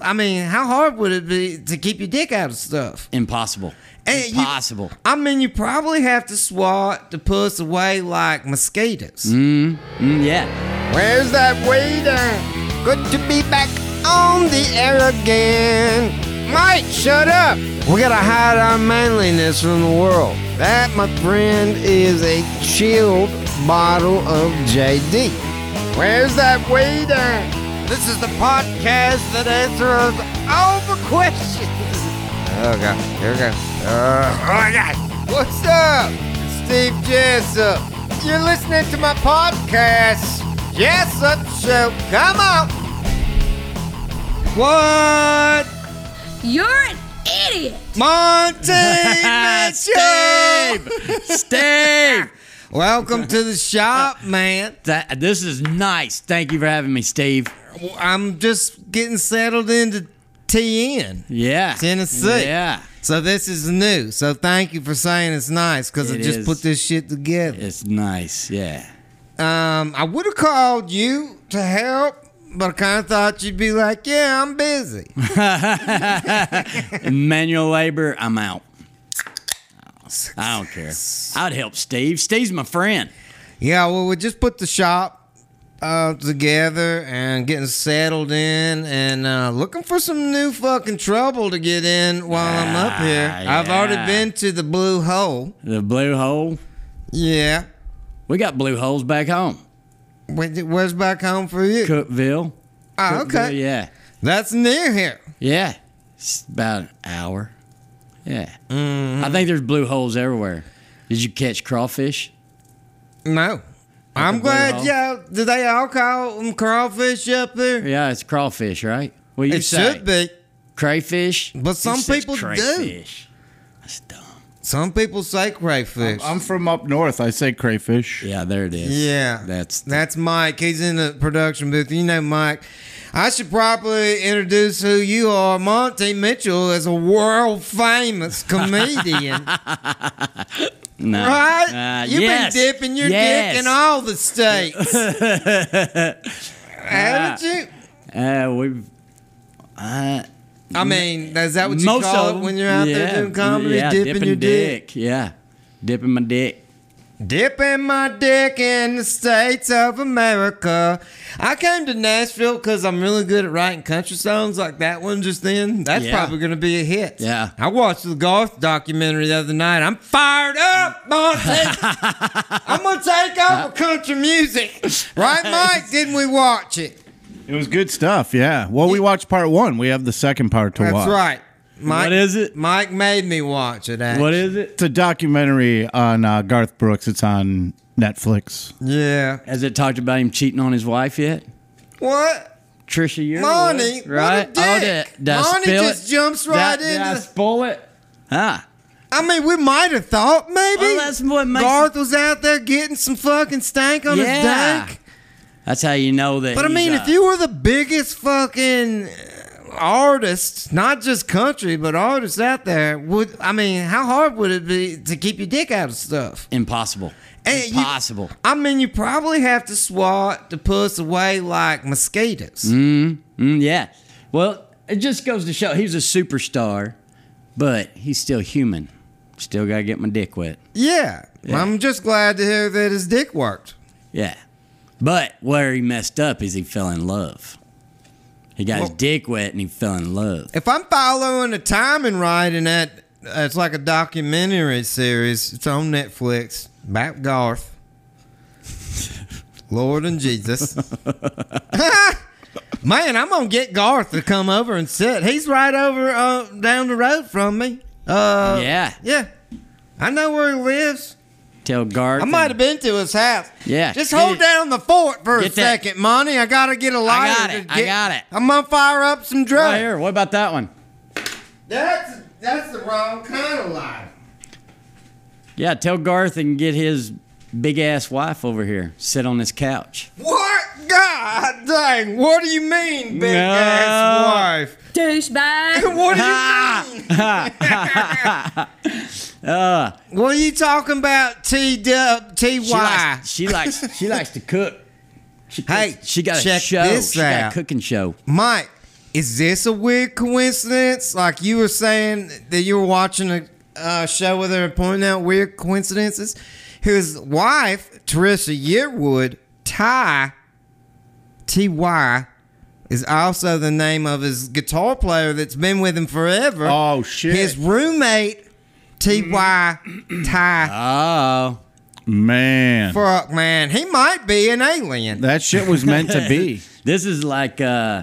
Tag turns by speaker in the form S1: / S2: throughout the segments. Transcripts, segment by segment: S1: I mean, how hard would it be to keep your dick out of stuff?
S2: Impossible.
S1: And you-
S2: Impossible.
S1: I mean, you probably have to swat the puss away like mosquitoes.
S2: Mm, yeah.
S3: Where's that waiter? Good to be back on the air again. Mike, shut up. We gotta hide our manliness from the world. That, my friend, is a chilled bottle of JD. Where's that waiter? This is the podcast that answers all the questions. Oh god, here we go. Uh, oh my god, what's up? It's Steve Jessup. You're listening to my podcast, Jessup Show. Come on.
S1: What?
S4: You're an idiot.
S1: Monty Mitchell!
S2: Steve! Steve!
S1: Welcome to the shop, man.
S2: That, this is nice. Thank you for having me, Steve.
S1: I'm just getting settled into TN.
S2: Yeah.
S1: Tennessee.
S2: Yeah.
S1: So this is new. So thank you for saying it's nice because I
S2: It
S1: just
S2: is.
S1: put this shit together.
S2: It's nice. Yeah.
S1: Um, I would have called you to help, but I kind of thought you'd be like, "Yeah, I'm busy."
S2: Manual labor, I'm out. I don't care. I'd help Steve. Steve's my friend.
S1: yeah, well, we just put the shop uh, together and getting settled in and uh, looking for some new fucking trouble to get in while I'm up here.
S2: Ah,
S1: I've already
S2: yeah.
S1: been to the blue hole.
S2: The blue hole.
S1: Yeah,
S2: We got blue holes back home.
S1: Where- where's back home for you?
S2: Cookville.
S1: Ah,
S2: Cookville,
S1: okay,
S2: Yeah.
S1: that's near here.
S2: Yeah. It's about an hour. Yeah.
S1: Mm,
S2: I think there's blue holes everywhere. Did you catch crawfish?
S1: No. I'm
S2: blue
S1: glad
S2: hole?
S1: y'all. Do they all call them crawfish up there?
S2: Yeah, it's crawfish, right? Well, you
S1: it
S2: say
S1: should be.
S2: crayfish.
S1: But some
S2: says
S1: people do.
S2: crayfish. That's dumb.
S1: Some people say crayfish.
S5: I'm from up north. I say crayfish.
S2: Yeah, there it is.
S1: yeah,
S2: That's the-
S1: that's Mike. He's in the production booth. You know, Mike. I should probably introduce who you are. Monty Mitchell is a world famous comedian,
S2: no.
S1: right?
S2: Uh,
S1: You've
S2: yes.
S1: been dipping your
S2: Yes.
S1: dick in all the states. Haven't you?
S2: Uh, we've. Uh,
S1: I mean, is that what you
S2: most
S1: call
S2: of
S1: it
S2: them,
S1: when you're out
S2: yeah,
S1: there doing comedy?
S2: yeah,
S1: dipping, your dick.
S2: Yeah, dipping my dick.
S1: Dipping my dick in the states of America. I came to Nashville because I'm really good at writing country songs like that one just then. That's
S2: Yeah.
S1: probably going to be a hit.
S2: Yeah.
S1: I watched the golf documentary the other night. I'm fired up, Monty. I'm going to take over country music. Right, Mike? Didn't we watch it?
S5: It was good stuff. Yeah. Well, we watched part one. We have the second part to
S1: That's
S5: watch.
S1: right. Mike,
S2: What is it?
S1: Mike made me watch it. Actually.
S2: What is it?
S5: It's a documentary on uh, Garth Brooks. It's on Netflix.
S1: Yeah.
S2: Has it talked about him cheating on his wife yet?
S1: What?
S2: Trisha, you're
S1: Monty,
S2: the
S1: what
S2: one,
S1: a
S2: right? Oh,
S1: dick.
S2: did, did I
S1: Monty
S2: spill
S1: just
S2: it?
S1: jumps
S2: Did I-
S1: right
S2: did I
S1: into the-
S2: spoil it? Ah,
S1: I mean, we might have thought maybe.
S2: Well, that's what makes-
S1: Garth was out there getting some fucking stank on
S2: Yeah.
S1: his dank.
S2: that's how you know that.
S1: But I
S2: he's,
S1: mean,
S2: uh,
S1: if you were the biggest fucking artist, not just country, but artist out there, would I mean, how hard would it be to keep your dick out of stuff?
S2: impossible,
S1: And you-
S2: impossible.
S1: I mean, you probably have to swat the puss away like mosquitoes.
S2: Mm, yeah. Well, it just goes to show he was a superstar, but he's still human. Still gotta get my dick wet.
S1: Yeah. I'm just glad to hear that his dick worked.
S2: Yeah. But where he messed up is he fell in love. He got his
S1: Well-
S2: dick wet and he fell in love.
S1: if I'm following the timing right in that, it's like a documentary series. It's on Netflix. About Garth, Lord and Jesus. Man, I'm gonna get Garth to come over and sit. He's right over uh, down the road from me. Uh,
S2: yeah.
S1: yeah. I know where he lives.
S2: Tell Garth.
S1: I might have
S2: and-
S1: been to his house.
S2: Yeah.
S1: Just hold
S2: Get it.
S1: down the fort for a
S2: Get that-
S1: second, Monty. I gotta get a lighter.
S2: got
S1: to
S2: it. I
S1: get-
S2: got it.
S1: I'm gonna fire up some drugs.
S2: Right here. What about that one?
S1: That's that's the wrong kind of life.
S2: Yeah, tell Garth and get his big ass wife over here. Sit on his couch.
S1: What? God dang! What do you mean, big ass wife?
S4: Douchebag.
S1: What do you mean? what are you talking about? T dub T
S2: Uh. She
S1: Y.
S2: likes, she likes she likes to cook. She
S1: Hey,
S2: cooks- she got
S1: check
S2: a show.
S1: this
S2: she got
S1: out.
S2: a cooking show.
S1: Mike, Is this a weird coincidence? Like you were saying that you were watching a uh, show where they were pointing out weird coincidences. His wife, Teresa Yearwood, Ty, T Y, is also the name of his guitar player that's been with him forever.
S5: Oh, shit.
S1: His roommate, T Y, Ty.
S2: Oh,
S5: Man.
S1: Fuck, man, he might be an alien.
S5: that shit was meant to be.
S2: this is like uh,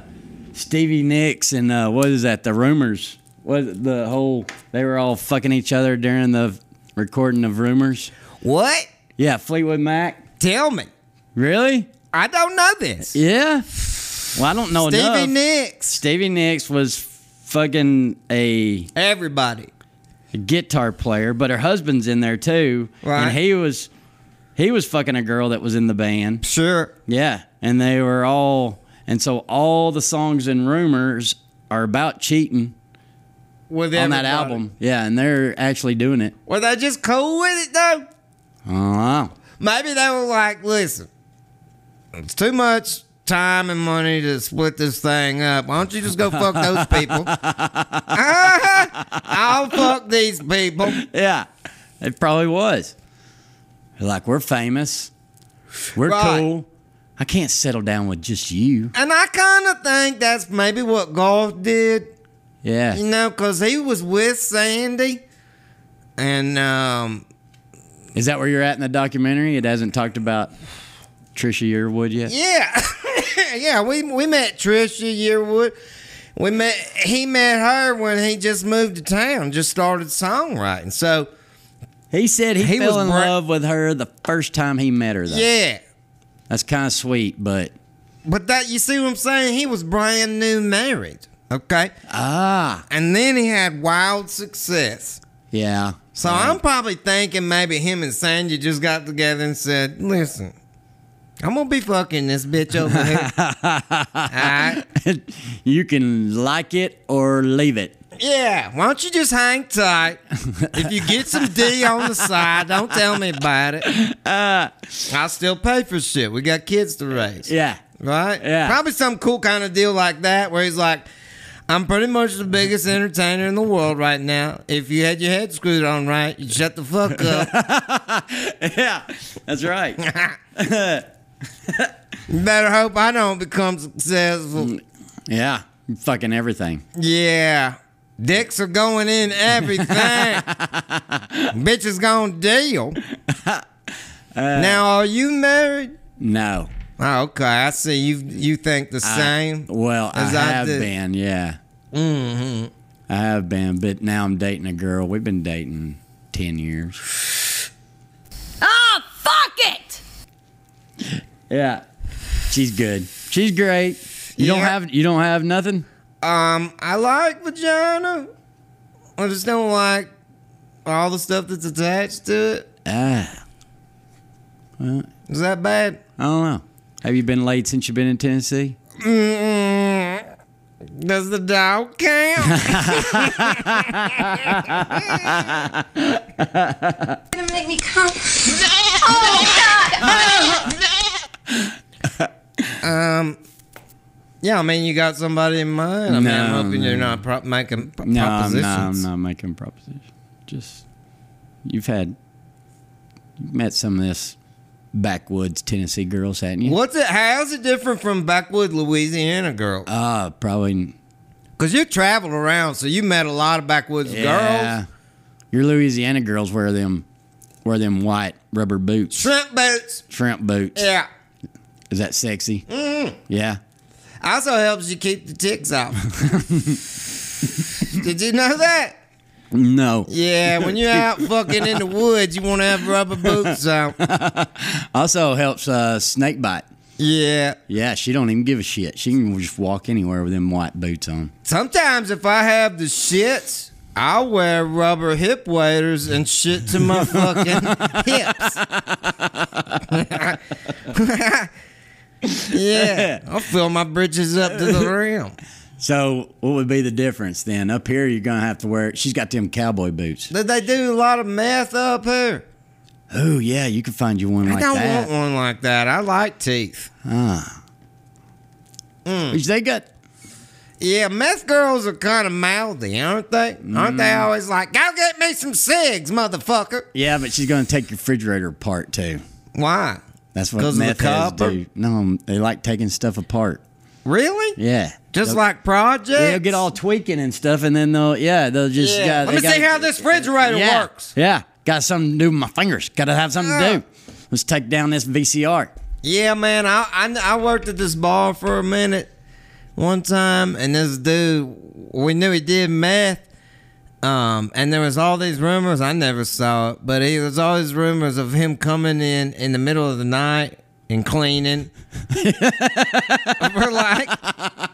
S2: Stevie Nicks and uh, what is that? The Rumors. What the whole? They were all fucking each other during the recording of Rumors.
S1: What?
S2: Yeah, Fleetwood Mac.
S1: Tell me.
S2: Really?
S1: I don't know this.
S2: Yeah. Well, I don't know
S1: Stevie
S2: enough.
S1: Nicks.
S2: Stevie Nicks was fucking a
S1: Everybody.
S2: guitar player, but her husband's in there too,
S1: Right.
S2: and he was he was fucking a girl that was in the band.
S1: Sure.
S2: Yeah, and they were all, and so all the songs and rumors are about cheating
S1: With
S2: on that
S1: everybody.
S2: album. Yeah, and they're actually doing it.
S1: Were they just cool with it though?
S2: Oh, wow.
S1: Maybe they were like, listen, it's too much time and money to split this thing up. Why don't you just go fuck those people? Uh-huh. I'll fuck these people.
S2: Yeah, it probably was. They're like we're famous, we're
S1: Right.
S2: cool. I can't settle down with just you.
S1: And I kind of think that's maybe what golf did.
S2: Yeah.
S1: You know, because he was with Sandy. And um,
S2: Is that where you're at in the documentary? It hasn't talked about Trisha Yearwood yet.
S1: yeah, yeah, we we met Trisha Yearwood. We met he met her when he just moved to town, just started songwriting. So
S2: He said he,
S1: He
S2: fell
S1: was
S2: in
S1: bra-
S2: love with her the first time he met her. Though.
S1: yeah,
S2: That's kind of sweet, but
S1: but that you see what I'm saying? He was brand new married, okay,
S2: ah,
S1: and then he had wild success.
S2: yeah.
S1: So I'm probably thinking maybe him and Sandy just got together and said, "Listen, I'm gonna be fucking this bitch over here." All right.
S2: you can like it or leave it.
S1: Yeah, why don't you just hang tight? If you get some D on the side, don't tell me about it. I'll still pay for shit. We got kids to raise.
S2: Uh, Yeah.
S1: Right?
S2: Yeah.
S1: Probably some cool kind of deal like that where he's like, I'm pretty much the biggest entertainer in the world right now. If you had your head screwed on right, you shut the fuck up.
S2: Yeah, that's right.
S1: You Better hope I don't become successful.
S2: yeah, fucking everything.
S1: Yeah. Dicks are going in everything. Bitches gonna deal.
S2: Uh.
S1: now, are you married?
S2: No.
S1: Oh, okay. I see. You you think the same?
S2: Well, I
S1: As I
S2: have
S1: did.
S2: been, yeah. Mm-hmm. I have been, but now I'm dating a girl. We've been dating 10 years.
S4: Oh, fuck it!
S2: Yeah. She's good. She's great. You don't
S1: Yeah.
S2: have you don't have nothing?
S1: Um, I like vagina. I just don't like all the stuff that's attached to it.
S2: Ah,
S1: Is that bad?
S2: I don't know. Have you been late since you've been in Tennessee?
S1: Mm-mm. Does the dog count?
S4: You're gonna make me come. oh, God!
S1: yeah, I mean, you got somebody in mind. I mean, I'm
S2: No,
S1: hoping you're
S2: no.
S1: not pro- making pro-
S2: No, I'm
S1: propositions.
S2: not, I'm not making propositions. Just you've had you've met some of this backwoods Tennessee girls, hadn't you?
S1: What's it? How's it different from Backwood, Louisiana, girl?
S2: Ah, probably.
S1: Because you traveled around, so you met a lot of backwoods
S2: Yeah.
S1: girls.
S2: Your Louisiana girls wear them wear them white rubber boots,
S1: Shrimp boots.
S2: shrimp boots.
S1: Yeah.
S2: Is that sexy?
S1: Mm.
S2: Yeah.
S1: Also helps you keep the ticks off. Did you know that?
S2: No.
S1: Yeah, when you're out fucking in the woods, you want to have rubber boots out.
S2: Also helps uh, snake bite.
S1: Yeah.
S2: Yeah, she don't even give a shit. She can just walk anywhere with them white boots on.
S1: Sometimes if I have the shits, I'll wear rubber hip waders and shit to my fucking hips. yeah, I'll fill my britches up to the rim.
S2: So what would be the difference then? Up here, you're gonna have to wear. She's got them cowboy boots.
S1: Did they do a lot of meth up here?
S2: Oh yeah, you can find you one
S1: I
S2: like
S1: don't
S2: that.
S1: want one like that. I like teeth.
S2: Which They got
S1: Yeah, meth girls are kind of mouthy, aren't they? Aren't they
S2: Mm.
S1: always like, go get me some cigs, motherfucker?
S2: Yeah, but she's gonna take your refrigerator apart too.
S1: Why?
S2: That's
S1: 'Cause
S2: what
S1: of the
S2: meth heads
S1: copper?
S2: do. No, um, they like taking stuff apart.
S1: Really?
S2: Yeah,
S1: Just
S2: They'll-
S1: like projects?
S2: they'll get all tweaking and stuff, and then they'll yeah they'll just
S1: Yeah.
S2: yeah,
S1: Let
S2: they
S1: me see
S2: gotta-
S1: how this refrigerator
S2: yeah,
S1: works.
S2: Yeah, got something to do with my fingers. Got to have something to
S1: Ugh.
S2: do. Let's take down this VCR.
S1: Yeah, man. I, I I worked at this bar for a minute one time, and this dude, we knew he did meth. Um, and there was all these rumors. I never saw it, but he was all these rumors of him coming in in the middle of the night and cleaning for like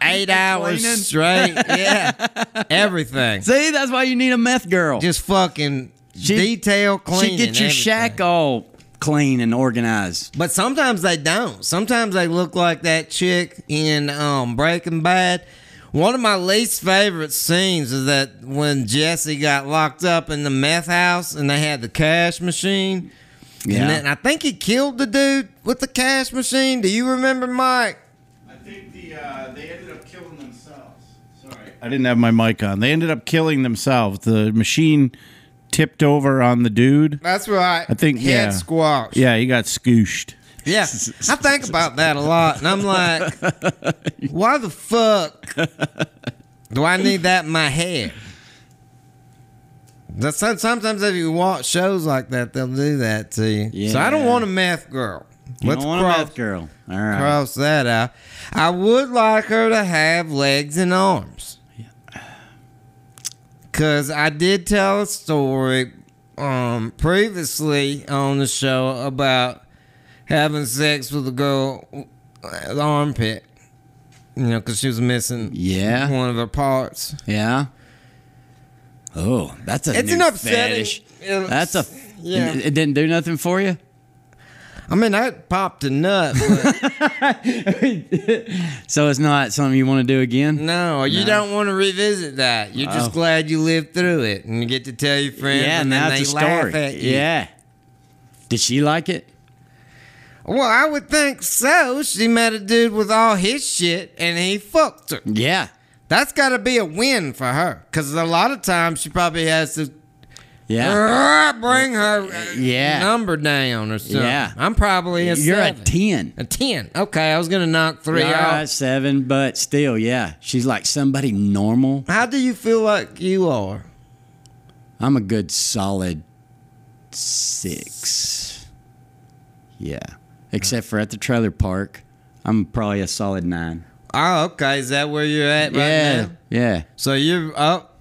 S1: eight hours
S5: Cleaning?
S1: straight. Yeah, everything.
S2: See, that's why you need a meth girl.
S1: Just fucking
S2: She-
S1: detail cleaning.
S2: she get
S1: everything.
S2: your shack all clean and organized.
S1: But sometimes they don't. Sometimes they look like that chick in um, Breaking Bad. One of my least favorite scenes is that when Jesse got locked up in the meth house and they had the cash machine.
S2: Yeah,
S1: And then I think he killed the dude with the cash machine. Do you remember, Mike?
S5: I think the uh, they ended up killing themselves. Sorry, I didn't have my mic on. They ended up killing themselves. The machine tipped over on the dude.
S1: That's right.
S5: I think
S1: he
S5: yeah.
S1: had squash.
S5: Yeah, he got scooshed.
S1: Yeah, I think about that a lot, and I'm like, why the fuck do I need that in my head? That's some- sometimes if you watch shows like that, they'll do that to you. So I don't
S2: Yeah.
S1: want a meth girl.
S2: you
S1: Let's
S2: don't want
S1: cross,
S2: a meth girl. All right.
S1: cross that out. I would like her to have legs and arms. Cause I did tell a story um previously on the show about having sex with a girl uh, armpit. You know, cause she was missing
S2: Yeah.
S1: one of her parts.
S2: Yeah. Oh, that's a
S1: It's
S2: new
S1: an upsetting-
S2: fetish.
S1: it's-
S2: That's a
S1: yeah.
S2: It didn't do nothing for you.
S1: I mean, I popped a nut. But
S2: So it's not something you want to do again.
S1: no, you don't want to revisit that. You're just
S2: Oh.
S1: glad you lived through it and you get to tell your friends.
S2: yeah,
S1: and
S2: now
S1: then
S2: it's a
S1: they laugh
S2: story.
S1: At you.
S2: Yeah. Did she like it?
S1: Well, I would think so. She met a dude with all his shit and he fucked her.
S2: Yeah.
S1: That's got to be a win for her. Because a lot of times she probably has to
S2: Yeah.
S1: bring her uh,
S2: Yeah.
S1: number down or something.
S2: Yeah.
S1: I'm probably a
S2: You're
S1: seven.
S2: a ten.
S1: A 10. Okay, I was going to knock three
S2: All
S1: off.
S2: right, seven, but still, yeah. She's like somebody normal.
S1: How do you feel like you are?
S2: I'm a good solid six. Yeah. Except for at the trailer park, I'm probably a solid nine.
S1: Oh, okay. Is that where you're at right
S2: yeah.
S1: now?
S2: Yeah.
S1: So you're up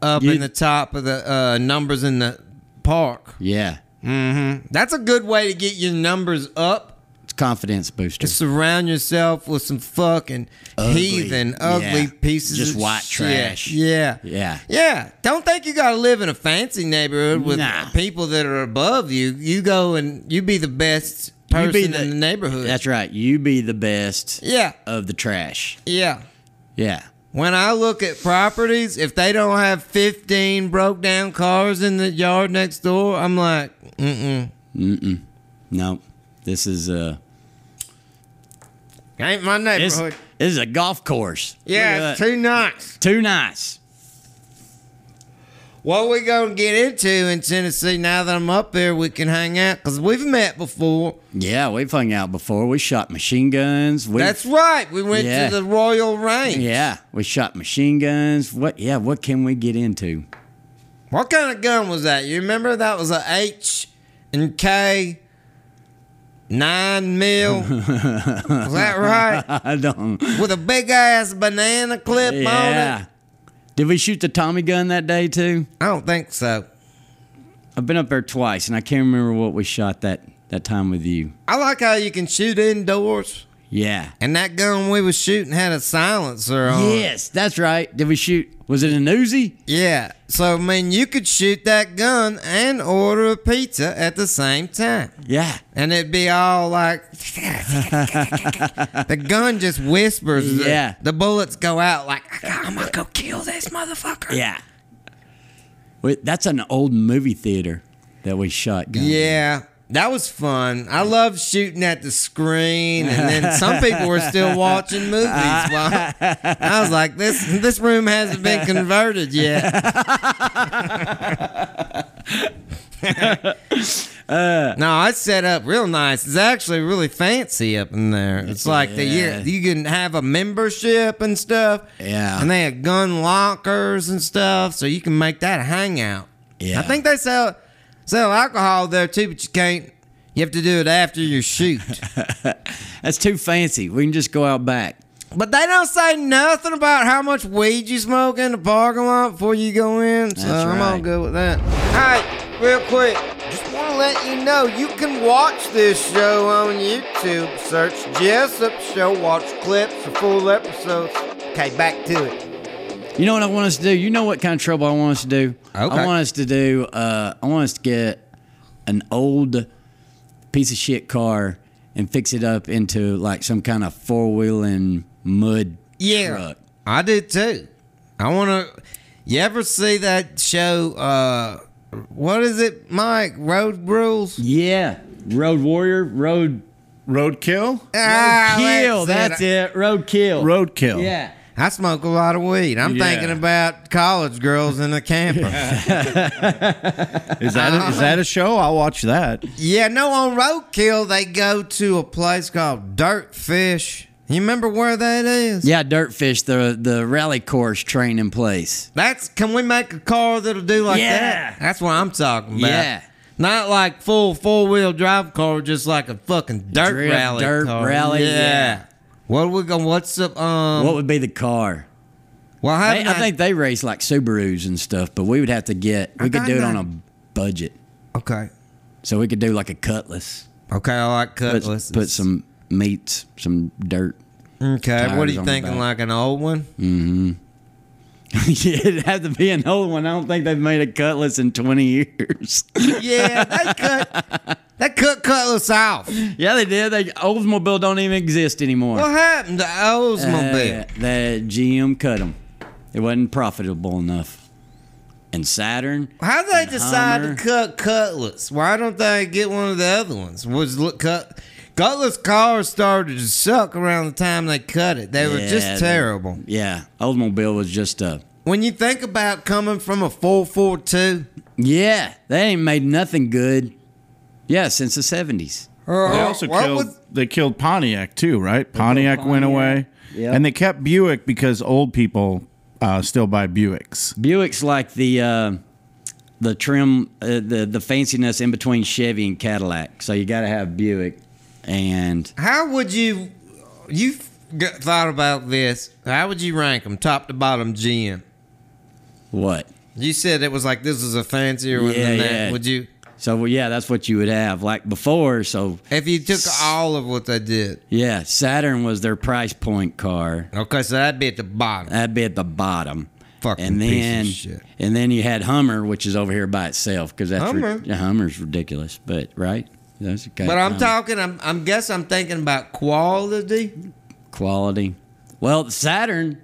S1: up
S2: You-
S1: in the top of the uh, numbers in the park.
S2: Yeah.
S1: That's a good way to get your numbers up.
S2: It's confidence booster.
S1: Just surround yourself with some fucking
S2: Ugly.
S1: heathen, ugly
S2: Yeah.
S1: pieces
S2: Just
S1: of
S2: white
S1: shit.
S2: trash.
S1: Yeah.
S2: Yeah.
S1: Yeah. Don't think you gotta live in a fancy neighborhood with
S2: Nah.
S1: people that are above you. You go and you be the best
S2: You
S1: person
S2: be the-
S1: in the neighborhood.
S2: That's right. You be the best
S1: yeah.
S2: of the trash.
S1: Yeah.
S2: Yeah.
S1: When I look at properties, if they don't have 15 broke down cars in the yard next door, I'm like, mm-mm.
S2: No. This is a
S1: Ain't my
S2: this,
S1: neighborhood.
S2: this is a golf course. Look
S1: yeah,
S2: at
S1: it's
S2: that.
S1: too nice.
S2: too nice.
S1: What we gonna get into in Tennessee now that I'm up there? We can hang out because we've met before.
S2: Yeah, we've hung out before. We shot machine guns. We,
S1: That's right. We went
S2: Yeah.
S1: to the Royal Range.
S2: yeah, we shot machine guns. What? Yeah, what can we get into?
S1: What kind of gun was that? You remember that was a H and K nine mil. was that right?
S2: I don't.
S1: With a big ass banana clip on
S2: Yeah.
S1: it.
S2: Did we shoot the Tommy gun that day too?
S1: I don't think so.
S2: I've been up there twice, and I can't remember what we shot that that time with you.
S1: I like how you can shoot indoors.
S2: Yeah.
S1: And that gun we was shooting had a silencer on. it.
S2: Yes, that's right. Did we shoot? Was it an Uzi?
S1: Yeah. So I mean, you could shoot that gun and order a pizza at the same time,
S2: Yeah.
S1: and it'd be all like the gun just whispers. The-
S2: Yeah.
S1: The, bullets go out like I'm gonna go kill this motherfucker.
S2: Yeah. Wait, that's an old movie theater that we shot. Guns.
S1: Yeah. That was fun. I love shooting at the screen, and then some people were still watching movies. While I was like, "This this room hasn't been converted yet." no, I set up real nice. It's actually really fancy up in there. It's like the
S2: yeah.
S1: you, you can have a membership and stuff.
S2: Yeah.
S1: and they had gun lockers and stuff, so you can make that a hangout.
S2: Yeah.
S1: I think they sell sell alcohol there too, but you can't. You have to do it after your shoot.
S2: That's too fancy. We can just go out back.
S1: but they don't say nothing about how much weed you smoke in the parking lot before you go in. So
S2: That's
S1: I'm all
S2: right.
S1: good with that. Hey, real quick, just want to let you know you can watch this show on YouTube. Search Jessup Show. Watch clips for full episodes. Okay, back to it.
S2: You know what I want us to do? You know what kind of trouble I want us to do?
S1: Okay.
S2: I want us to do, uh, I want us to get an old piece of shit car and fix it up into like some kind of four wheeling mud
S1: Yeah.
S2: truck.
S1: I did too. I want to. You ever see that show? Uh, what is it, Mike? Road Rules?
S2: Yeah. Road Warrior, Road
S5: Roadkill?
S1: Ah,
S2: Kill.
S1: that's
S2: That's it. Road Kill.
S5: Roadkill.
S2: Yeah.
S1: I smoke a lot of weed. I'm
S5: Yeah.
S1: thinking about college girls in a camper. yeah.
S5: Is that, is that a show? I'll watch that.
S1: no, on Roadkill, they go to a place called Dirt Fish. You remember where that is?
S2: Yeah, Dirtfish, the the rally course training place.
S1: That's can we make a car that'll do like
S2: Yeah.
S1: that? That's what I'm talking about.
S2: Yeah.
S1: Not like full four wheel drive car, just like a fucking dirt
S2: Drift,
S1: rally.
S2: dirt
S1: car.
S2: rally,
S1: Yeah.
S2: yeah.
S1: What are we going what's up um
S2: What would be the car?
S1: well
S2: They,
S1: haven't
S2: I think they race like Subarus and stuff, but we would have to get we could
S1: got
S2: do it on
S1: that.
S2: a budget.
S1: Okay.
S2: So we could do like a cutlass.
S1: Okay, I like
S2: Put,
S1: cutlass.
S2: put some meats, some dirt.
S1: Okay, what are
S2: tires
S1: you
S2: on the
S1: thinking?
S2: back.
S1: Like an old one?
S2: Yeah, It'd have to be an old one. I don't think they've made a cutlass in twenty years.
S1: yeah, they cut they cut cutlass off.
S2: yeah, they did. They Oldsmobile don't even exist anymore.
S1: What happened to Oldsmobile?
S2: Uh, the GM cut them. It wasn't profitable enough. And Saturn,
S1: How would they decide
S2: Hummer.
S1: to cut Cutlass? Why don't they get one of the other ones? Was look cut Cutlass cars started to suck around the time they cut it. They were
S2: Yeah,
S1: just
S2: they-
S1: terrible.
S2: yeah, Oldsmobile was just a
S1: When you think about coming from a four four two,
S2: yeah. They ain't made nothing good. Yeah, since the seventies.
S5: They also killed they killed Pontiac too, right? Pontiac went away,
S2: Yep.
S5: and they kept Buick because old people uh, still buy Buicks.
S2: Buick's like the uh, the trim, uh, the the fanciness in between Chevy and Cadillac. So you got to have Buick, and
S1: how would you you got, thought about this? How would you rank them top to bottom GM?
S2: what?
S1: You said it was like this is a fancier one than
S2: Yeah,
S1: that.
S2: yeah.
S1: Would you
S2: So well, yeah, that's what you would have like before. So
S1: if you took all of what they did?
S2: yeah, Saturn was their price point car.
S1: Okay, so that'd be at the bottom.
S2: That'd be at the bottom.
S1: Fucking
S2: and
S1: piece of
S2: then
S1: shit.
S2: and then you had Hummer, which is over here by itself because that's ri-
S1: Hummer.
S2: yeah, Hummer's ridiculous, but right. That's okay.
S1: But I'm
S2: Hummer.
S1: talking. I'm, I'm guess I'm thinking about quality.
S2: quality. Well, Saturn.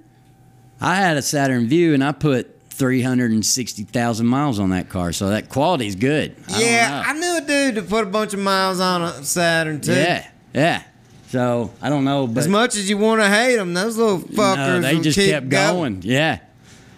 S2: I had a Saturn View, and I put three hundred and sixty thousand miles on that car, so that quality's good. I don't
S1: yeah,
S2: know.
S1: I knew a dude that put a bunch of miles on a Saturn too.
S2: yeah, yeah. So I don't know, but
S1: As much as you want to hate them, those little fuckers.
S2: no, they
S1: will
S2: just
S1: keep
S2: kept going. Yeah,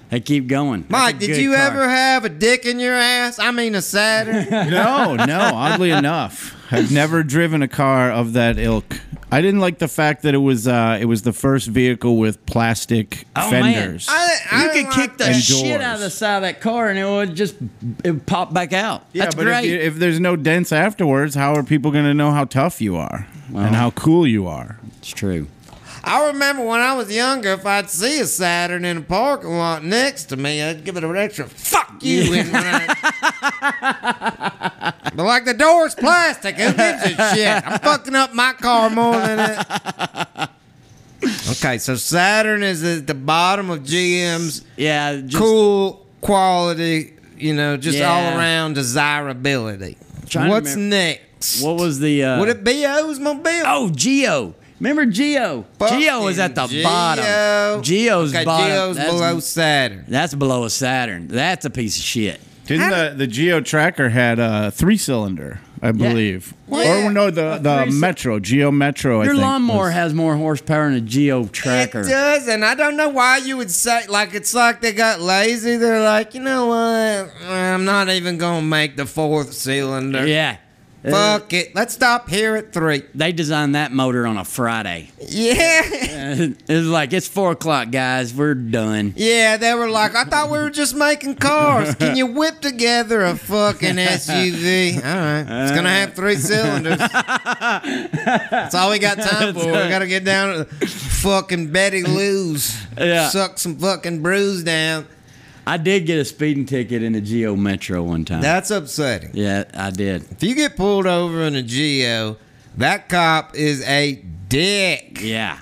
S2: they keep going. That's a
S1: Mike, did
S2: good
S1: you
S2: car.
S1: ever have a dick in your ass? I mean, a Saturn.
S5: No, no. Oddly enough, I've never driven a car of that ilk. I didn't like the fact that it was uh, it was the first vehicle with plastic
S2: Oh, man.
S5: fenders.
S1: I, I
S2: you
S1: didn't
S2: could
S1: like
S2: kick the
S1: that.
S5: And
S2: shit
S5: doors.
S2: out of the side of that car, and it would just it would pop back out.
S5: Yeah,
S2: That's
S5: but
S2: great.
S5: If, you- if there's no dents afterwards, how are people going to know how tough you are and how cool you are?
S2: it's true.
S1: I remember when I was younger, if I'd see a Saturn in a parking lot next to me, I'd give it an extra "fuck you." in when I- but like the door's plastic, who gives a shit? I'm fucking up my car more than it. Okay, so Saturn is at the bottom of GM's
S2: Yeah, just
S1: cool quality, you know, just all
S2: Yeah.
S1: around desirability.
S2: trying to
S1: What's
S2: remember-
S1: next?
S2: What was the? Uh,
S1: Would it be Oldsmobile?
S2: Oh, Geo. Remember Geo? Geo is at the
S1: Fucking
S2: bottom. Geo's
S1: okay,
S2: bottom.
S1: Geo's
S2: that's,
S1: below Saturn.
S2: That's below a Saturn. That's a piece of shit.
S5: Didn't the, the Geo Tracker had a three cylinder? I believe.
S2: Yeah.
S5: Or no, the, the
S2: Three se-
S5: Metro, Geo Metro. I
S2: Your
S5: think,
S2: lawnmower
S5: was-
S2: has more horsepower than a Geo Tracker.
S1: It does, and I don't know why you would say like it's like they got lazy. They're like, you know what? I'm not even gonna make the fourth cylinder.
S2: Yeah. Uh,
S1: Fuck it. Let's stop here at three.
S2: they designed that motor on a Friday.
S1: Yeah.
S2: it's like it's four o'clock, guys. We're done.
S1: Yeah, they were like, I thought we were just making cars. Can you whip together a fucking SUV? All right. It's going to have three cylinders. That's all we got time for. We got to get down to fucking Betty Lou's.
S2: Yeah.
S1: Suck some fucking brews down.
S2: I did get a speeding ticket in a Geo Metro one time.
S1: That's upsetting.
S2: yeah, I did.
S1: If you get pulled over in a Geo, that cop is a dick.
S2: Yeah.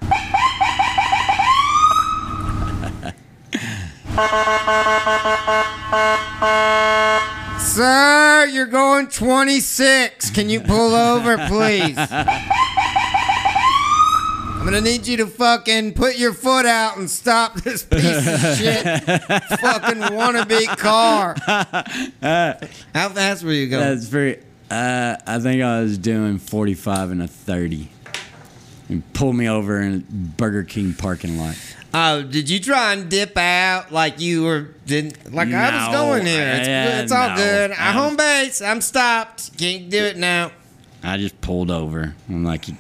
S1: Sir, you're going 26. Can you pull over, please? I'm gonna need you to fucking put your foot out and stop this piece of shit fucking wannabe car. How fast were you going?
S2: That's very. Uh, I think I was doing 45 and a 30, and pulled me over in a Burger King parking lot.
S1: Oh, did you try and dip out like you were? Didn't like I was
S2: No,
S1: going here. It's,
S2: yeah,
S1: it's all
S2: no,
S1: good.
S2: no.
S1: I'm home base. I'm stopped. Can't do it now.
S2: I just pulled over. I'm like, he,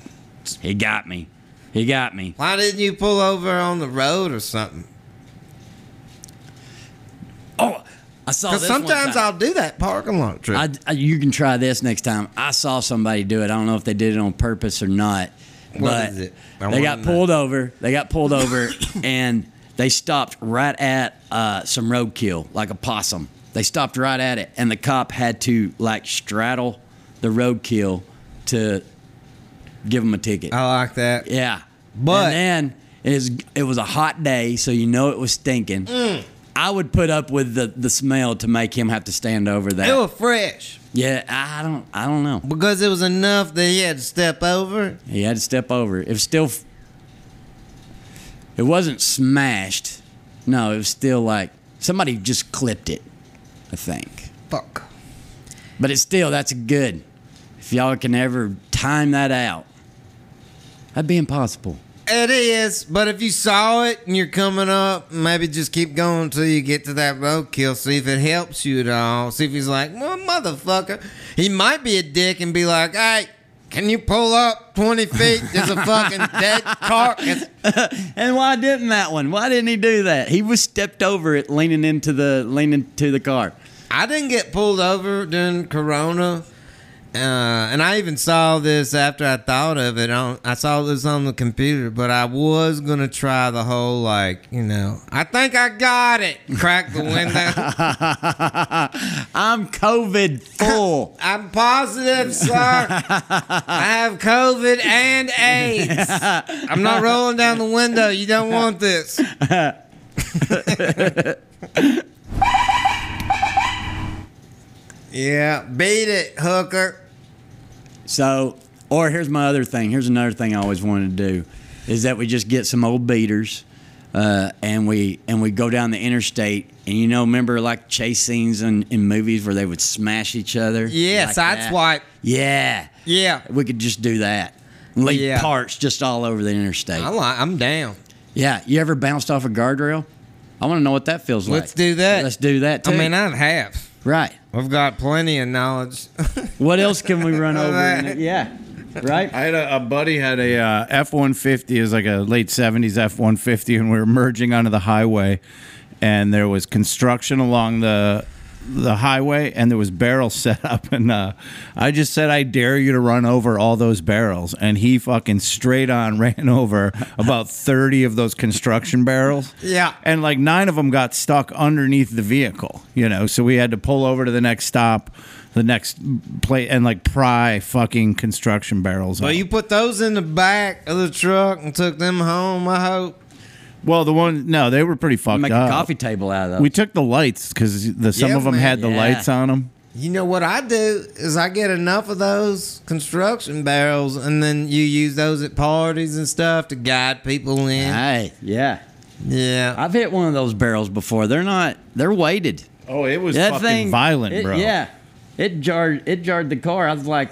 S2: he got me. He got me.
S1: Why didn't you pull over on the road or something?
S2: Oh, I saw
S1: Because
S2: this one
S1: sometimes
S2: time.
S1: I'll do that parking lot trip.
S2: I, I- you can try this next time. I saw somebody do it. I don't know if they did it on purpose or not.
S1: What
S2: but
S1: is it? I
S2: they
S1: wanna
S2: got
S1: know.
S2: pulled over. They got pulled over, and they stopped right at uh, some roadkill, like a possum. They stopped right at it, and the cop had to like straddle the roadkill to give him a ticket.
S1: I like that.
S2: Yeah.
S1: Uh, But-
S2: and then it was, it was a hot day, so you know it was stinking.
S1: Mm.
S2: I would put up with the, the smell to make him have to stand over that.
S1: It was fresh
S2: Yeah, I don't, I don't know.
S1: because it was enough that he had to step over.
S2: He had to step over. It was still, f- it wasn't smashed. No, it was still like somebody just clipped it, I think.
S1: Fuck.
S2: But it's still that's good. If y'all can ever time that out, that'd be impossible.
S1: It is, but if you saw it and you're coming up, maybe just keep going until you get to that roadkill. See if it helps you at all. See if he's like, well, motherfucker. He might be a dick and be like, hey, can you pull up 20 feet? There's a fucking dead carcass.
S2: And why didn't that one? Why didn't he do that? He was stepped over it, leaning into the leaning to the car.
S1: I didn't get pulled over during Corona, uh, and I even saw this after I thought of it. On, I saw this on the computer, but I was gonna try the whole like, you know, I think I got it. Crack the window.
S2: I'm COVID full.
S1: I'm positive, sir. I have COVID and AIDS. I'm not rolling down the window. You don't want this. yeah, beat it, hooker.
S2: So, or here's my other thing. Here's another thing I always wanted to do, is that we just get some old beaters, uh, and we and we go down the interstate. And you know, remember like chase scenes in, in movies where they would smash each other.
S1: Yeah,
S2: Like
S1: side
S2: that.
S1: swipe.
S2: Yeah,
S1: Yeah.
S2: we could just do that. Leave
S1: Yeah.
S2: parts just all over the interstate.
S1: I'm like, I'm down.
S2: yeah, you ever bounced off a guardrail? I want to know what that feels like.
S1: Let's do that.
S2: Let's do that too.
S1: I mean, I have.
S2: right.
S1: I've got plenty of knowledge.
S2: What else can we run over? in it?
S1: Right.
S2: Yeah. Right.
S5: I had a, a buddy had a uh, F one fifty. Is like a late seventies F one fifty, and we were merging onto the highway, and there was construction along the the highway, and there was barrels set up, and uh, I just said, "I dare you to run over all those barrels," and he fucking straight on ran over about thirty of those construction barrels.
S1: Yeah.
S5: and like nine of them got stuck underneath the vehicle, you know. So we had to pull over to the next stop, the next play, and like pry fucking construction barrels.
S1: but
S5: out.
S1: you put those in the back of the truck and took them home, I hope.
S5: well, the one no, they were pretty fucked
S2: Make
S5: up.
S2: a coffee table out of that.
S5: We took the lights because the some
S1: Yeah,
S5: of them
S1: man.
S5: had the
S2: Yeah.
S5: lights on them.
S1: You know what I do is I get enough of those construction barrels and then you use those at parties and stuff to guide people in.
S2: Hey, yeah.
S1: Yeah.
S2: I've hit one of those barrels before. They're not. They're weighted.
S5: Oh, it was
S2: That
S5: fucking
S2: thing
S5: violent,
S2: it-
S5: bro.
S2: Yeah, It jarred. It jarred the car. I was like,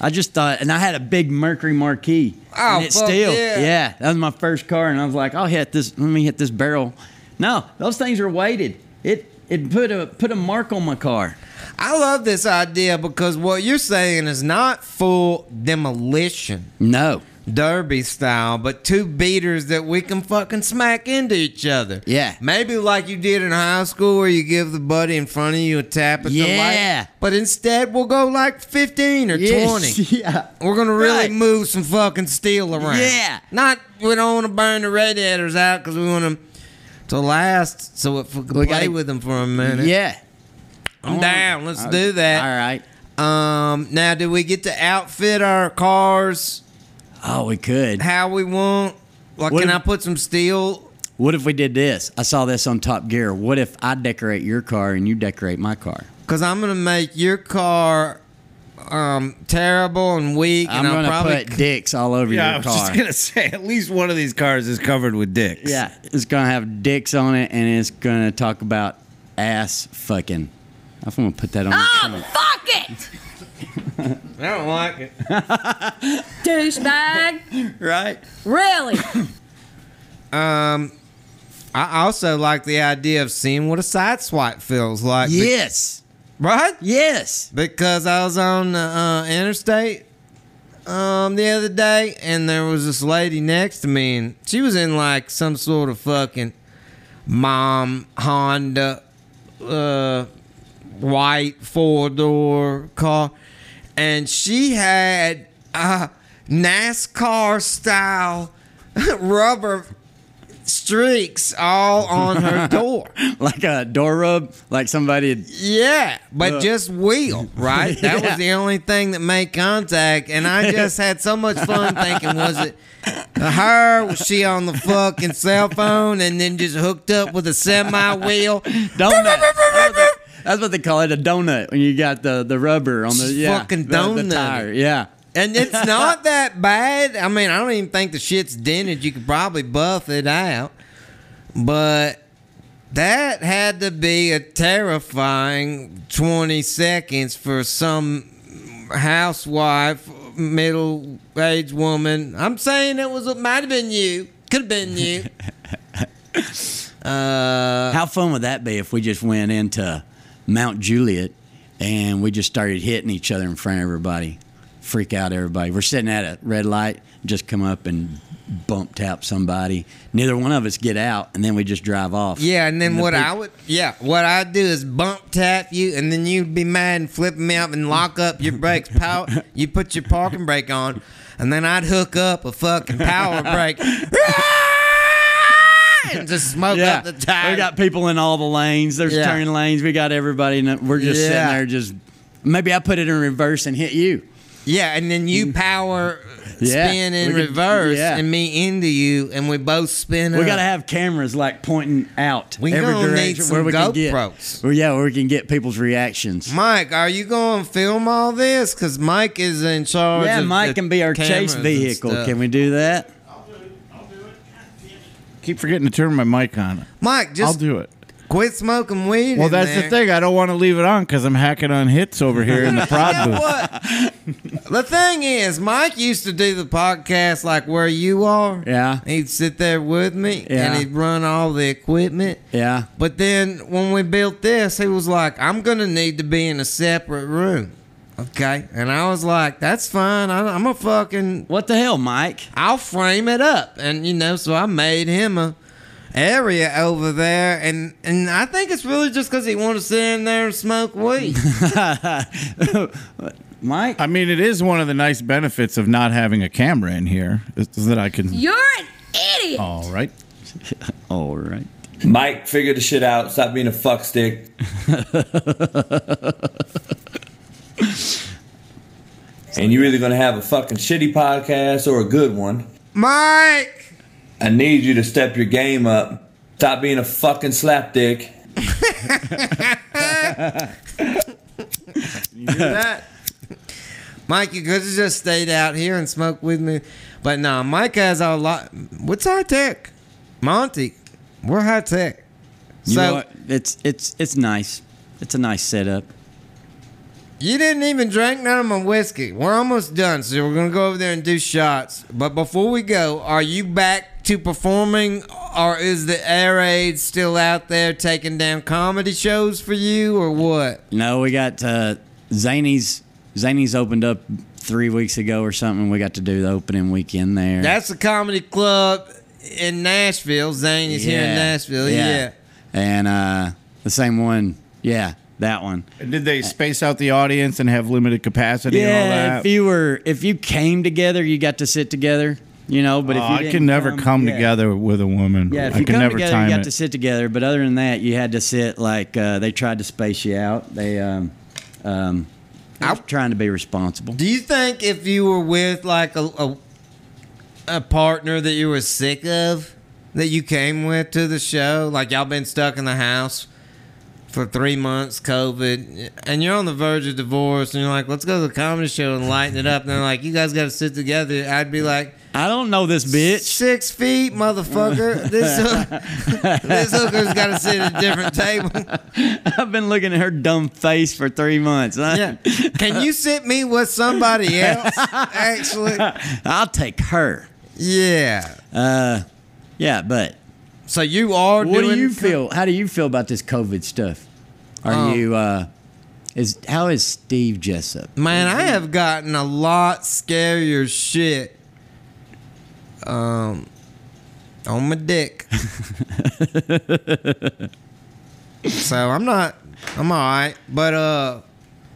S2: I just thought, and I had a big Mercury Marquis.
S1: Oh,
S2: and it
S1: fuck
S2: still,
S1: yeah.
S2: that was my first car, and I was like, I'll hit this. Let me hit this barrel. No, those things are weighted. It it put a put a mark on my car.
S1: I love this idea because what you're saying is not full demolition
S2: No.
S1: derby style, but two beaters that we can fucking smack into each other.
S2: Yeah.
S1: Maybe like you did in high school where you give the buddy in front of you a tap at the light.
S2: Yeah.
S1: But instead we'll go like 15 or 20.
S2: Yeah.
S1: We're gonna really
S2: Right.
S1: move some fucking steel around.
S2: Yeah.
S1: Not we don't want to burn the radiators out because we want them to last, so if we can
S2: We
S1: play
S2: gotta-
S1: with them for a minute.
S2: Yeah.
S1: I'm down. Let's do that.
S2: All right.
S1: Um. Now, do we get to outfit our cars
S2: Oh, we could.
S1: how we want? Like,
S2: What
S1: can
S2: if-
S1: I put some steel?
S2: What if we did this? I saw this on Top Gear. What if I decorate your car and you decorate my car?
S1: Because I'm gonna make your car um terrible and weak,
S2: I'm
S1: and I'll
S2: gonna
S1: probably
S2: put dicks all over
S5: Yeah, I
S2: your
S5: was
S2: car.
S5: just gonna say at least one of these cars is covered with dicks.
S2: Yeah, it's gonna have dicks on it, and it's gonna talk about ass fucking. I'm gonna put that on.
S5: Ah!
S6: Oh, fuck it!
S1: I don't like it.
S6: Douchebag!
S2: Right?
S6: Really?
S1: I also like the idea of seeing what a side swipe feels like. Be-
S2: Yes.
S1: right.
S2: Yes.
S1: because I was on the uh, interstate um, the other day, and there was this lady next to me, and she was in like some sort of fucking mom Honda, uh, white four door car, and she had a NASCAR style rubber streaks all on her door.
S2: Like a door rub, like somebody. had-
S1: Yeah, but
S2: Uh,
S1: just wheel, right? That was
S2: Yeah.
S1: the only thing that made contact, and I just had so much fun thinking, was it her? Was she on the fucking cell phone and then just hooked up with a semi wheel?
S2: Donut. That's what they call it, a donut. When you got the, the rubber on the yeah,
S1: Fucking
S2: the- the
S1: donut.
S2: tire. Yeah.
S1: And it's not that bad. I mean, I don't even think the shit's dented. You could probably buff it out, but that had to be a terrifying twenty seconds for some housewife, middle-aged woman. I'm saying it was. It might have been you. Could have been you.
S2: How fun would that be if we just went into Mount Juliet and we just started hitting each other in front of everybody? Freak out everybody. We're sitting at a red light, just come up and bump tap somebody. Neither one of us get out, and then we just drive off.
S1: Yeah, and then
S2: the
S1: what
S2: peop-
S1: I would, yeah, what I do is bump tap you, and then you'd be mad and flip me up and lock up your brakes. Power, you put your parking brake on, and then I'd hook up a fucking power brake and just smoke
S2: Yeah,
S1: up the tire.
S2: we got people in all the lanes. There's
S1: Yeah.
S2: turning lanes. We got everybody. In it. We're just
S1: Yeah.
S2: sitting there, just maybe I put it in reverse and hit you.
S1: yeah, and then you power
S2: Mm. Yeah,
S1: spin in
S2: we could-
S1: reverse,
S2: yeah.
S1: and me into you, and we both spin.
S2: We
S1: up.
S2: gotta have cameras like pointing out
S1: We
S2: every
S1: gonna need
S2: direction
S1: some
S2: where we can get.
S1: GoPros.
S2: Well, yeah, where we can get people's reactions.
S1: Mike, are you going to film all this? Because Mike is in charge.
S2: Yeah,
S1: of
S2: Mike
S1: the
S2: can be our
S1: cameras
S2: chase
S1: and
S2: vehicle.
S1: stuff.
S2: Can we do that?
S5: Keep forgetting to turn my mic on.
S1: Mike, just
S5: I'll do it.
S1: Quit smoking weed.
S5: Well,
S1: in
S5: that's the
S1: there.
S5: thing. I don't want to leave it on because I'm hacking on hits over here in the prod
S1: You know
S5: booth.
S1: what? the thing is, Mike used to do the podcast like where you are.
S2: Yeah.
S1: He'd sit there with me and
S2: Yeah.
S1: he'd run all the equipment.
S2: Yeah.
S1: But then when we built this, he was like, I'm going to need to be in a separate room. Okay. And I was like, that's fine. I- I'm a fucking,
S2: What the hell, Mike?
S1: I'll frame it up. And, you know, so I made him a area over there. And, and I think it's really just because he wanted to sit in there and smoke weed.
S2: Mike?
S5: I mean, it is one of the nice benefits of not having a camera in here is that I can.
S6: You're an idiot!
S5: All right.
S2: All right.
S7: Mike, figure the shit out. Stop being a fuck stick. and you're either gonna have a fucking shitty podcast or a good one.
S1: Mike!
S7: I need you to step your game up. Stop being a fucking slap dick.
S1: that. Mike, you could have just stayed out here and smoked with me. But no, Mike has a lot. What's high tech? Monty, we're high tech.
S2: You
S1: so,
S2: know what? It's it's it's nice. It's a nice setup.
S1: You didn't even drink none of my whiskey. We're almost done, so we're gonna go over there and do shots. But before we go, are you back to performing, or is the air aid still out there taking down comedy shows for you, or what?
S2: No, we got uh, Zany's. Zany's opened up three weeks ago or something. We got to do the opening weekend there.
S1: That's a comedy club in Nashville. Zane is here in Nashville. Yeah.
S2: And uh, the same one. Yeah, that one.
S5: Did they space out the audience and have limited capacity and all
S2: Yeah,
S5: that?
S2: if you were, if you came together, you got to sit together. You know, but
S5: Oh,
S2: if you
S5: I
S2: didn't
S5: can never come,
S2: yeah.
S5: together with a woman.
S2: Yeah, if
S5: I
S2: you
S5: can
S2: come
S5: never
S2: together,
S5: time
S2: you got
S5: it.
S2: to sit together. But other than that, you had to sit like uh, they tried to space you out. They, um, um, I was trying to be responsible.
S1: Do you think if you were with like a, a a partner that you were sick of, that you came with to the show, like y'all been stuck in the house for three months, COVID, and you're on the verge of divorce, and you're like, let's go to the comedy show and lighten it up, and they're like, you guys got to sit together. I'd be like.
S2: I don't know this bitch.
S1: Six feet, motherfucker. This hook- this hooker's got to sit at a different table.
S2: I've been looking at her dumb face for three months.
S1: Yeah. Can you sit me with somebody else? Actually,
S2: I'll take her.
S1: yeah.
S2: Yeah, but
S1: So you are.
S2: what
S1: doing
S2: do you feel? How do you feel about this COVID stuff? Are
S1: Um,
S2: you uh, is how is Steve Jessup?
S1: Man, I have gotten a lot scarier shit. Um, on my dick. so I'm not. I'm all right, but uh.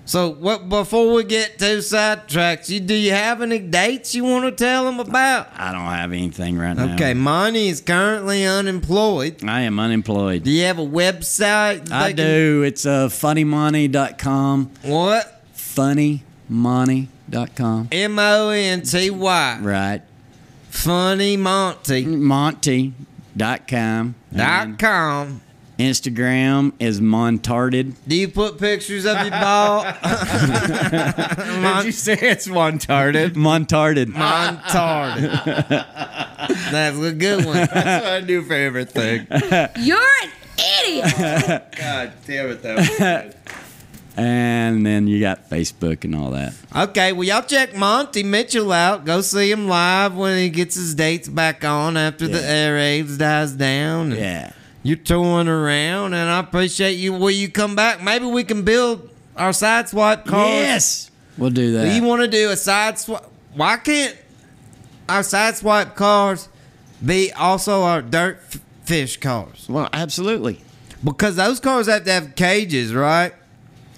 S1: So what? Before we get too sidetracked, you do you have any dates you want to tell them about?
S2: I don't have anything right now.
S1: Okay, Monty is currently unemployed.
S2: I am unemployed.
S1: Do you have a website? that
S2: I
S1: they can-
S2: do. It's uh, funnymoney.com.
S1: What?
S2: Funnymoney.com.
S1: M O N T Y.
S2: Right.
S1: Funny Monty.
S2: Monty.com.
S1: Dot com.
S2: Instagram is Montarded.
S1: Do you put pictures of your ball?
S5: Did you say it's one tarded?
S2: Montarded.
S1: Montarded. That's a good one.
S5: That's my new favorite thing.
S6: You're an idiot.
S5: God damn it, though.
S2: and then you got Facebook and all that.
S1: Okay, well, y'all check Monty Mitchell out. Go see him live when he gets his dates back on after the
S2: Yeah.
S1: air aids dies down. and
S2: Yeah.
S1: You're touring around, and I appreciate you. Will you come back? Maybe we can build our sideswipe cars.
S2: Yes. We'll do
S1: Do
S2: that.
S1: you want to do a side swipe? Why can't our side swipe cars be also our dirt f- fish cars?
S2: well, absolutely.
S1: Because those cars have to have cages, right?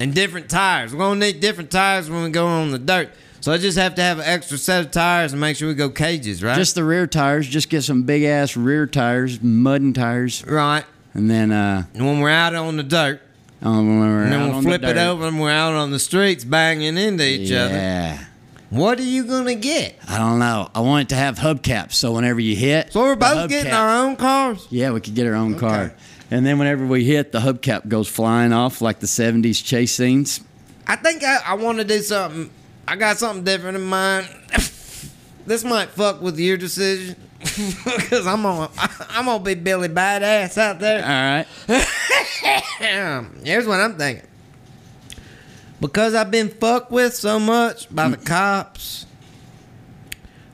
S1: And different tires. We're gonna need different tires when we go on the dirt. So I just have to have an extra set of tires and make sure we go cages, right?
S2: Just the rear tires. Just get some big ass rear tires, mudding tires,
S1: right.
S2: and then uh,
S1: And when we're out on the dirt,
S2: um, when we're
S1: and
S2: out
S1: then we'll
S2: on the
S1: flip it
S2: dirt.
S1: over and we're out on the streets banging into each other.
S2: Yeah.
S1: What are you gonna get?
S2: I don't know. I want it to have hubcaps, so whenever you hit,
S1: So we're
S2: the
S1: both getting
S2: hubcaps-
S1: our own cars.
S2: Yeah, we could get our own car, and then whenever we hit, the hubcap goes flying off like the '70s chase scenes.
S1: I think I, I want to do something. I got something different in mind. this might fuck with your decision because I'm gonna I'm gonna be Billy Badass out
S2: All
S1: there.
S2: right.
S1: Damn. Here's what I'm thinking. Because I've been fucked with so much by the cops,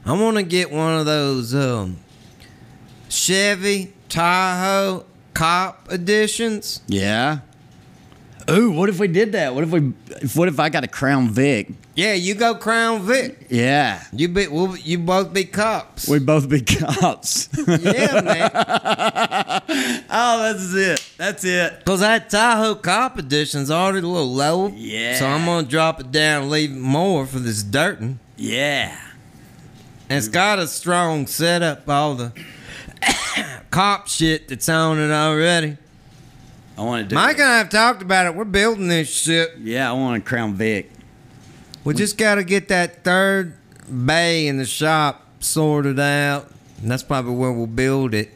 S1: I want to get one of those um, Chevy Tahoe cop editions.
S2: Yeah. Ooh, what if we did that? What if we? if- What if I got a Crown Vic?
S1: Yeah, you go Crown Vic.
S2: Yeah.
S1: You be we'll, you both be cops.
S2: We'd both be cops. oh,
S1: Yeah, man.
S2: that's it. That's it.
S1: Cause that Tahoe Cop edition's already a little low.
S2: Yeah.
S1: So I'm gonna drop it down, and leave more for this dirtin.
S2: Yeah.
S1: And it's got a strong setup, all the cop shit that's on it already.
S2: I want to do.
S1: Mike
S2: it.
S1: and I have talked about it. We're building this shit.
S2: Yeah, I want a Crown Vic.
S1: We just gotta get that third bay in the shop sorted out. And that's probably where we'll build it.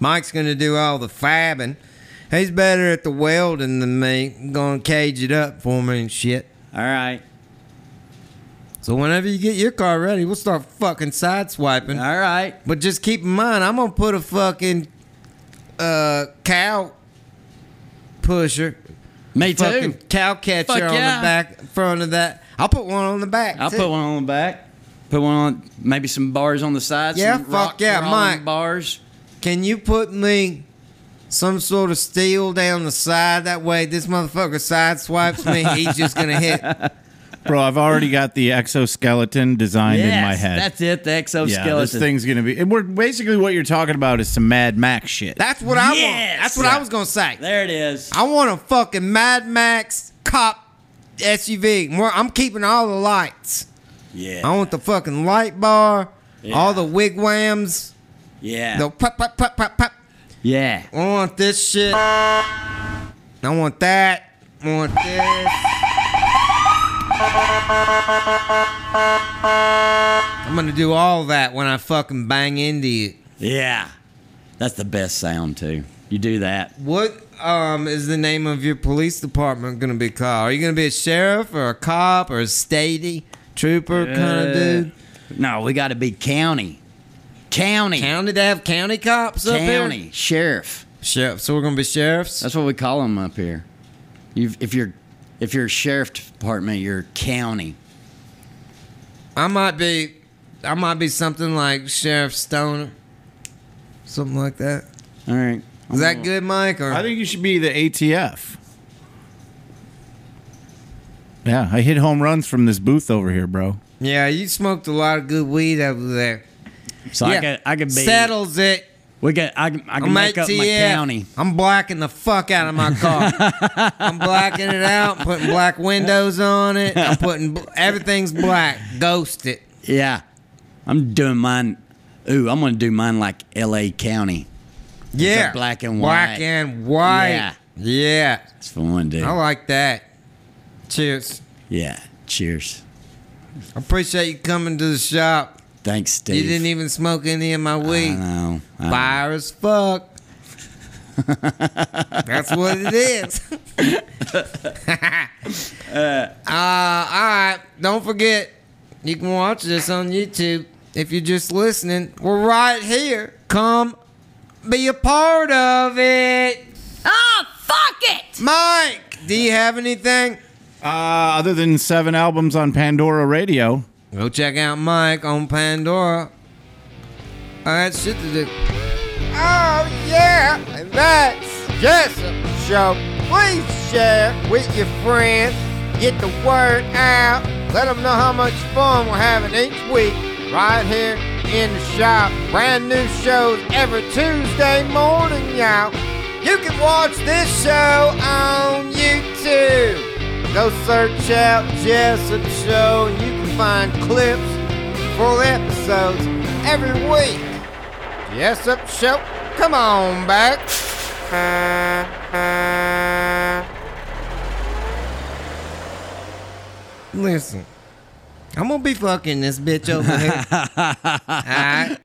S1: Mike's gonna do all the fabbing. He's better at the welding than me. Gonna cage it up for me and shit.
S2: All right.
S1: So whenever you get your car ready, we'll start fucking
S2: All
S1: sideswiping.
S2: right.
S1: But just keep in mind, I'm gonna put a fucking uh, cow pusher
S2: Me too.
S1: fucking cow catcher
S2: Fuck
S1: on
S2: yeah.
S1: the back front of that. I'll put one on the back.
S2: I'll
S1: too.
S2: put one on the back. Put one on maybe some bars on the sides.
S1: Yeah,
S2: some
S1: fuck
S2: rock
S1: yeah,
S2: crawling
S1: Mike.
S2: Bars.
S1: Can you put me some sort of steel down the side? That way, this motherfucker sideswipes me. He's just gonna hit.
S5: Bro, I've already got the exoskeleton designed in my
S2: Yes,
S5: head.
S2: That's it. The exoskeleton.
S5: yeah, this thing's gonna be. And we're basically what you're talking about is some Mad Max shit.
S1: That's what I
S2: Yes.
S1: want. That's what I was gonna say.
S2: There it is.
S1: I want a fucking Mad Max cop SUV. More, I'm keeping all the lights.
S2: Yeah.
S1: I want the fucking light bar, all the wigwams,
S2: yeah.
S1: the pop pop pop pop pop.
S2: yeah.
S1: I want this shit. I want that. I want this. I'm gonna do all that when I fucking bang into you.
S2: Yeah. That's the best sound too. You do that.
S1: What um is the name of your police department gonna be called? Are you gonna be a sheriff or a cop or a statey trooper kind
S2: Uh,
S1: of dude?
S2: No, we got to be county. County.
S1: County to have county cops up here?
S2: County. Sheriff.
S1: Sheriff. So we're gonna be sheriffs.
S2: That's what we call them up here. You've, if you're if you're a sheriff department, you're county.
S1: I might be, I might be something like Sheriff Stoner, something like that.
S2: All right.
S1: Is
S2: Oh.
S1: that good, Mike? Or
S5: I think you should be the ATF. Yeah, I hit home runs from this booth over here, bro.
S1: yeah, you smoked a lot of good weed over there.
S2: So
S1: yeah.
S2: I could I could be
S1: settles it.
S2: We got I, can- I can
S1: I'm
S2: make up my
S1: ATF.
S2: county.
S1: I'm blacking the fuck out of my car. I'm blacking it out. I'm putting black windows on it. I'm putting bl- everything's black. Ghost it.
S2: Yeah. I'm doing mine. Ooh, I'm gonna do mine like L.A. County.
S1: Yeah,
S2: black and white.
S1: Black and white.
S2: Yeah.
S1: yeah.
S2: It's fun, dude.
S1: I like that. Cheers.
S2: Yeah. Cheers.
S1: I appreciate you coming to the shop.
S2: Thanks, Steve.
S1: You didn't even smoke any of my
S2: I
S1: weed.
S2: know. I-
S1: Fire as fuck. That's what it is. uh, all right. Don't forget, you can watch this on YouTube. If you're just listening, we're right here. Come be a part of it.
S6: Oh, fuck it!
S1: Mike, do you have anything?
S5: Uh, other than seven albums on Pandora Radio,
S1: Go check out Mike on Pandora. I had shit to do.
S3: Oh, yeah. And that's just a show. Please share with your friends. Get the word out. Let them know how much fun we're having each week right here in the shop. Brand new shows every Tuesday morning, y'all. You can watch this show on YouTube. Go search out Jessup Show and you can find clips, full episodes every week. Yes, up, show. Come on back.
S1: Listen, I'm gonna be fucking this bitch over here. All right.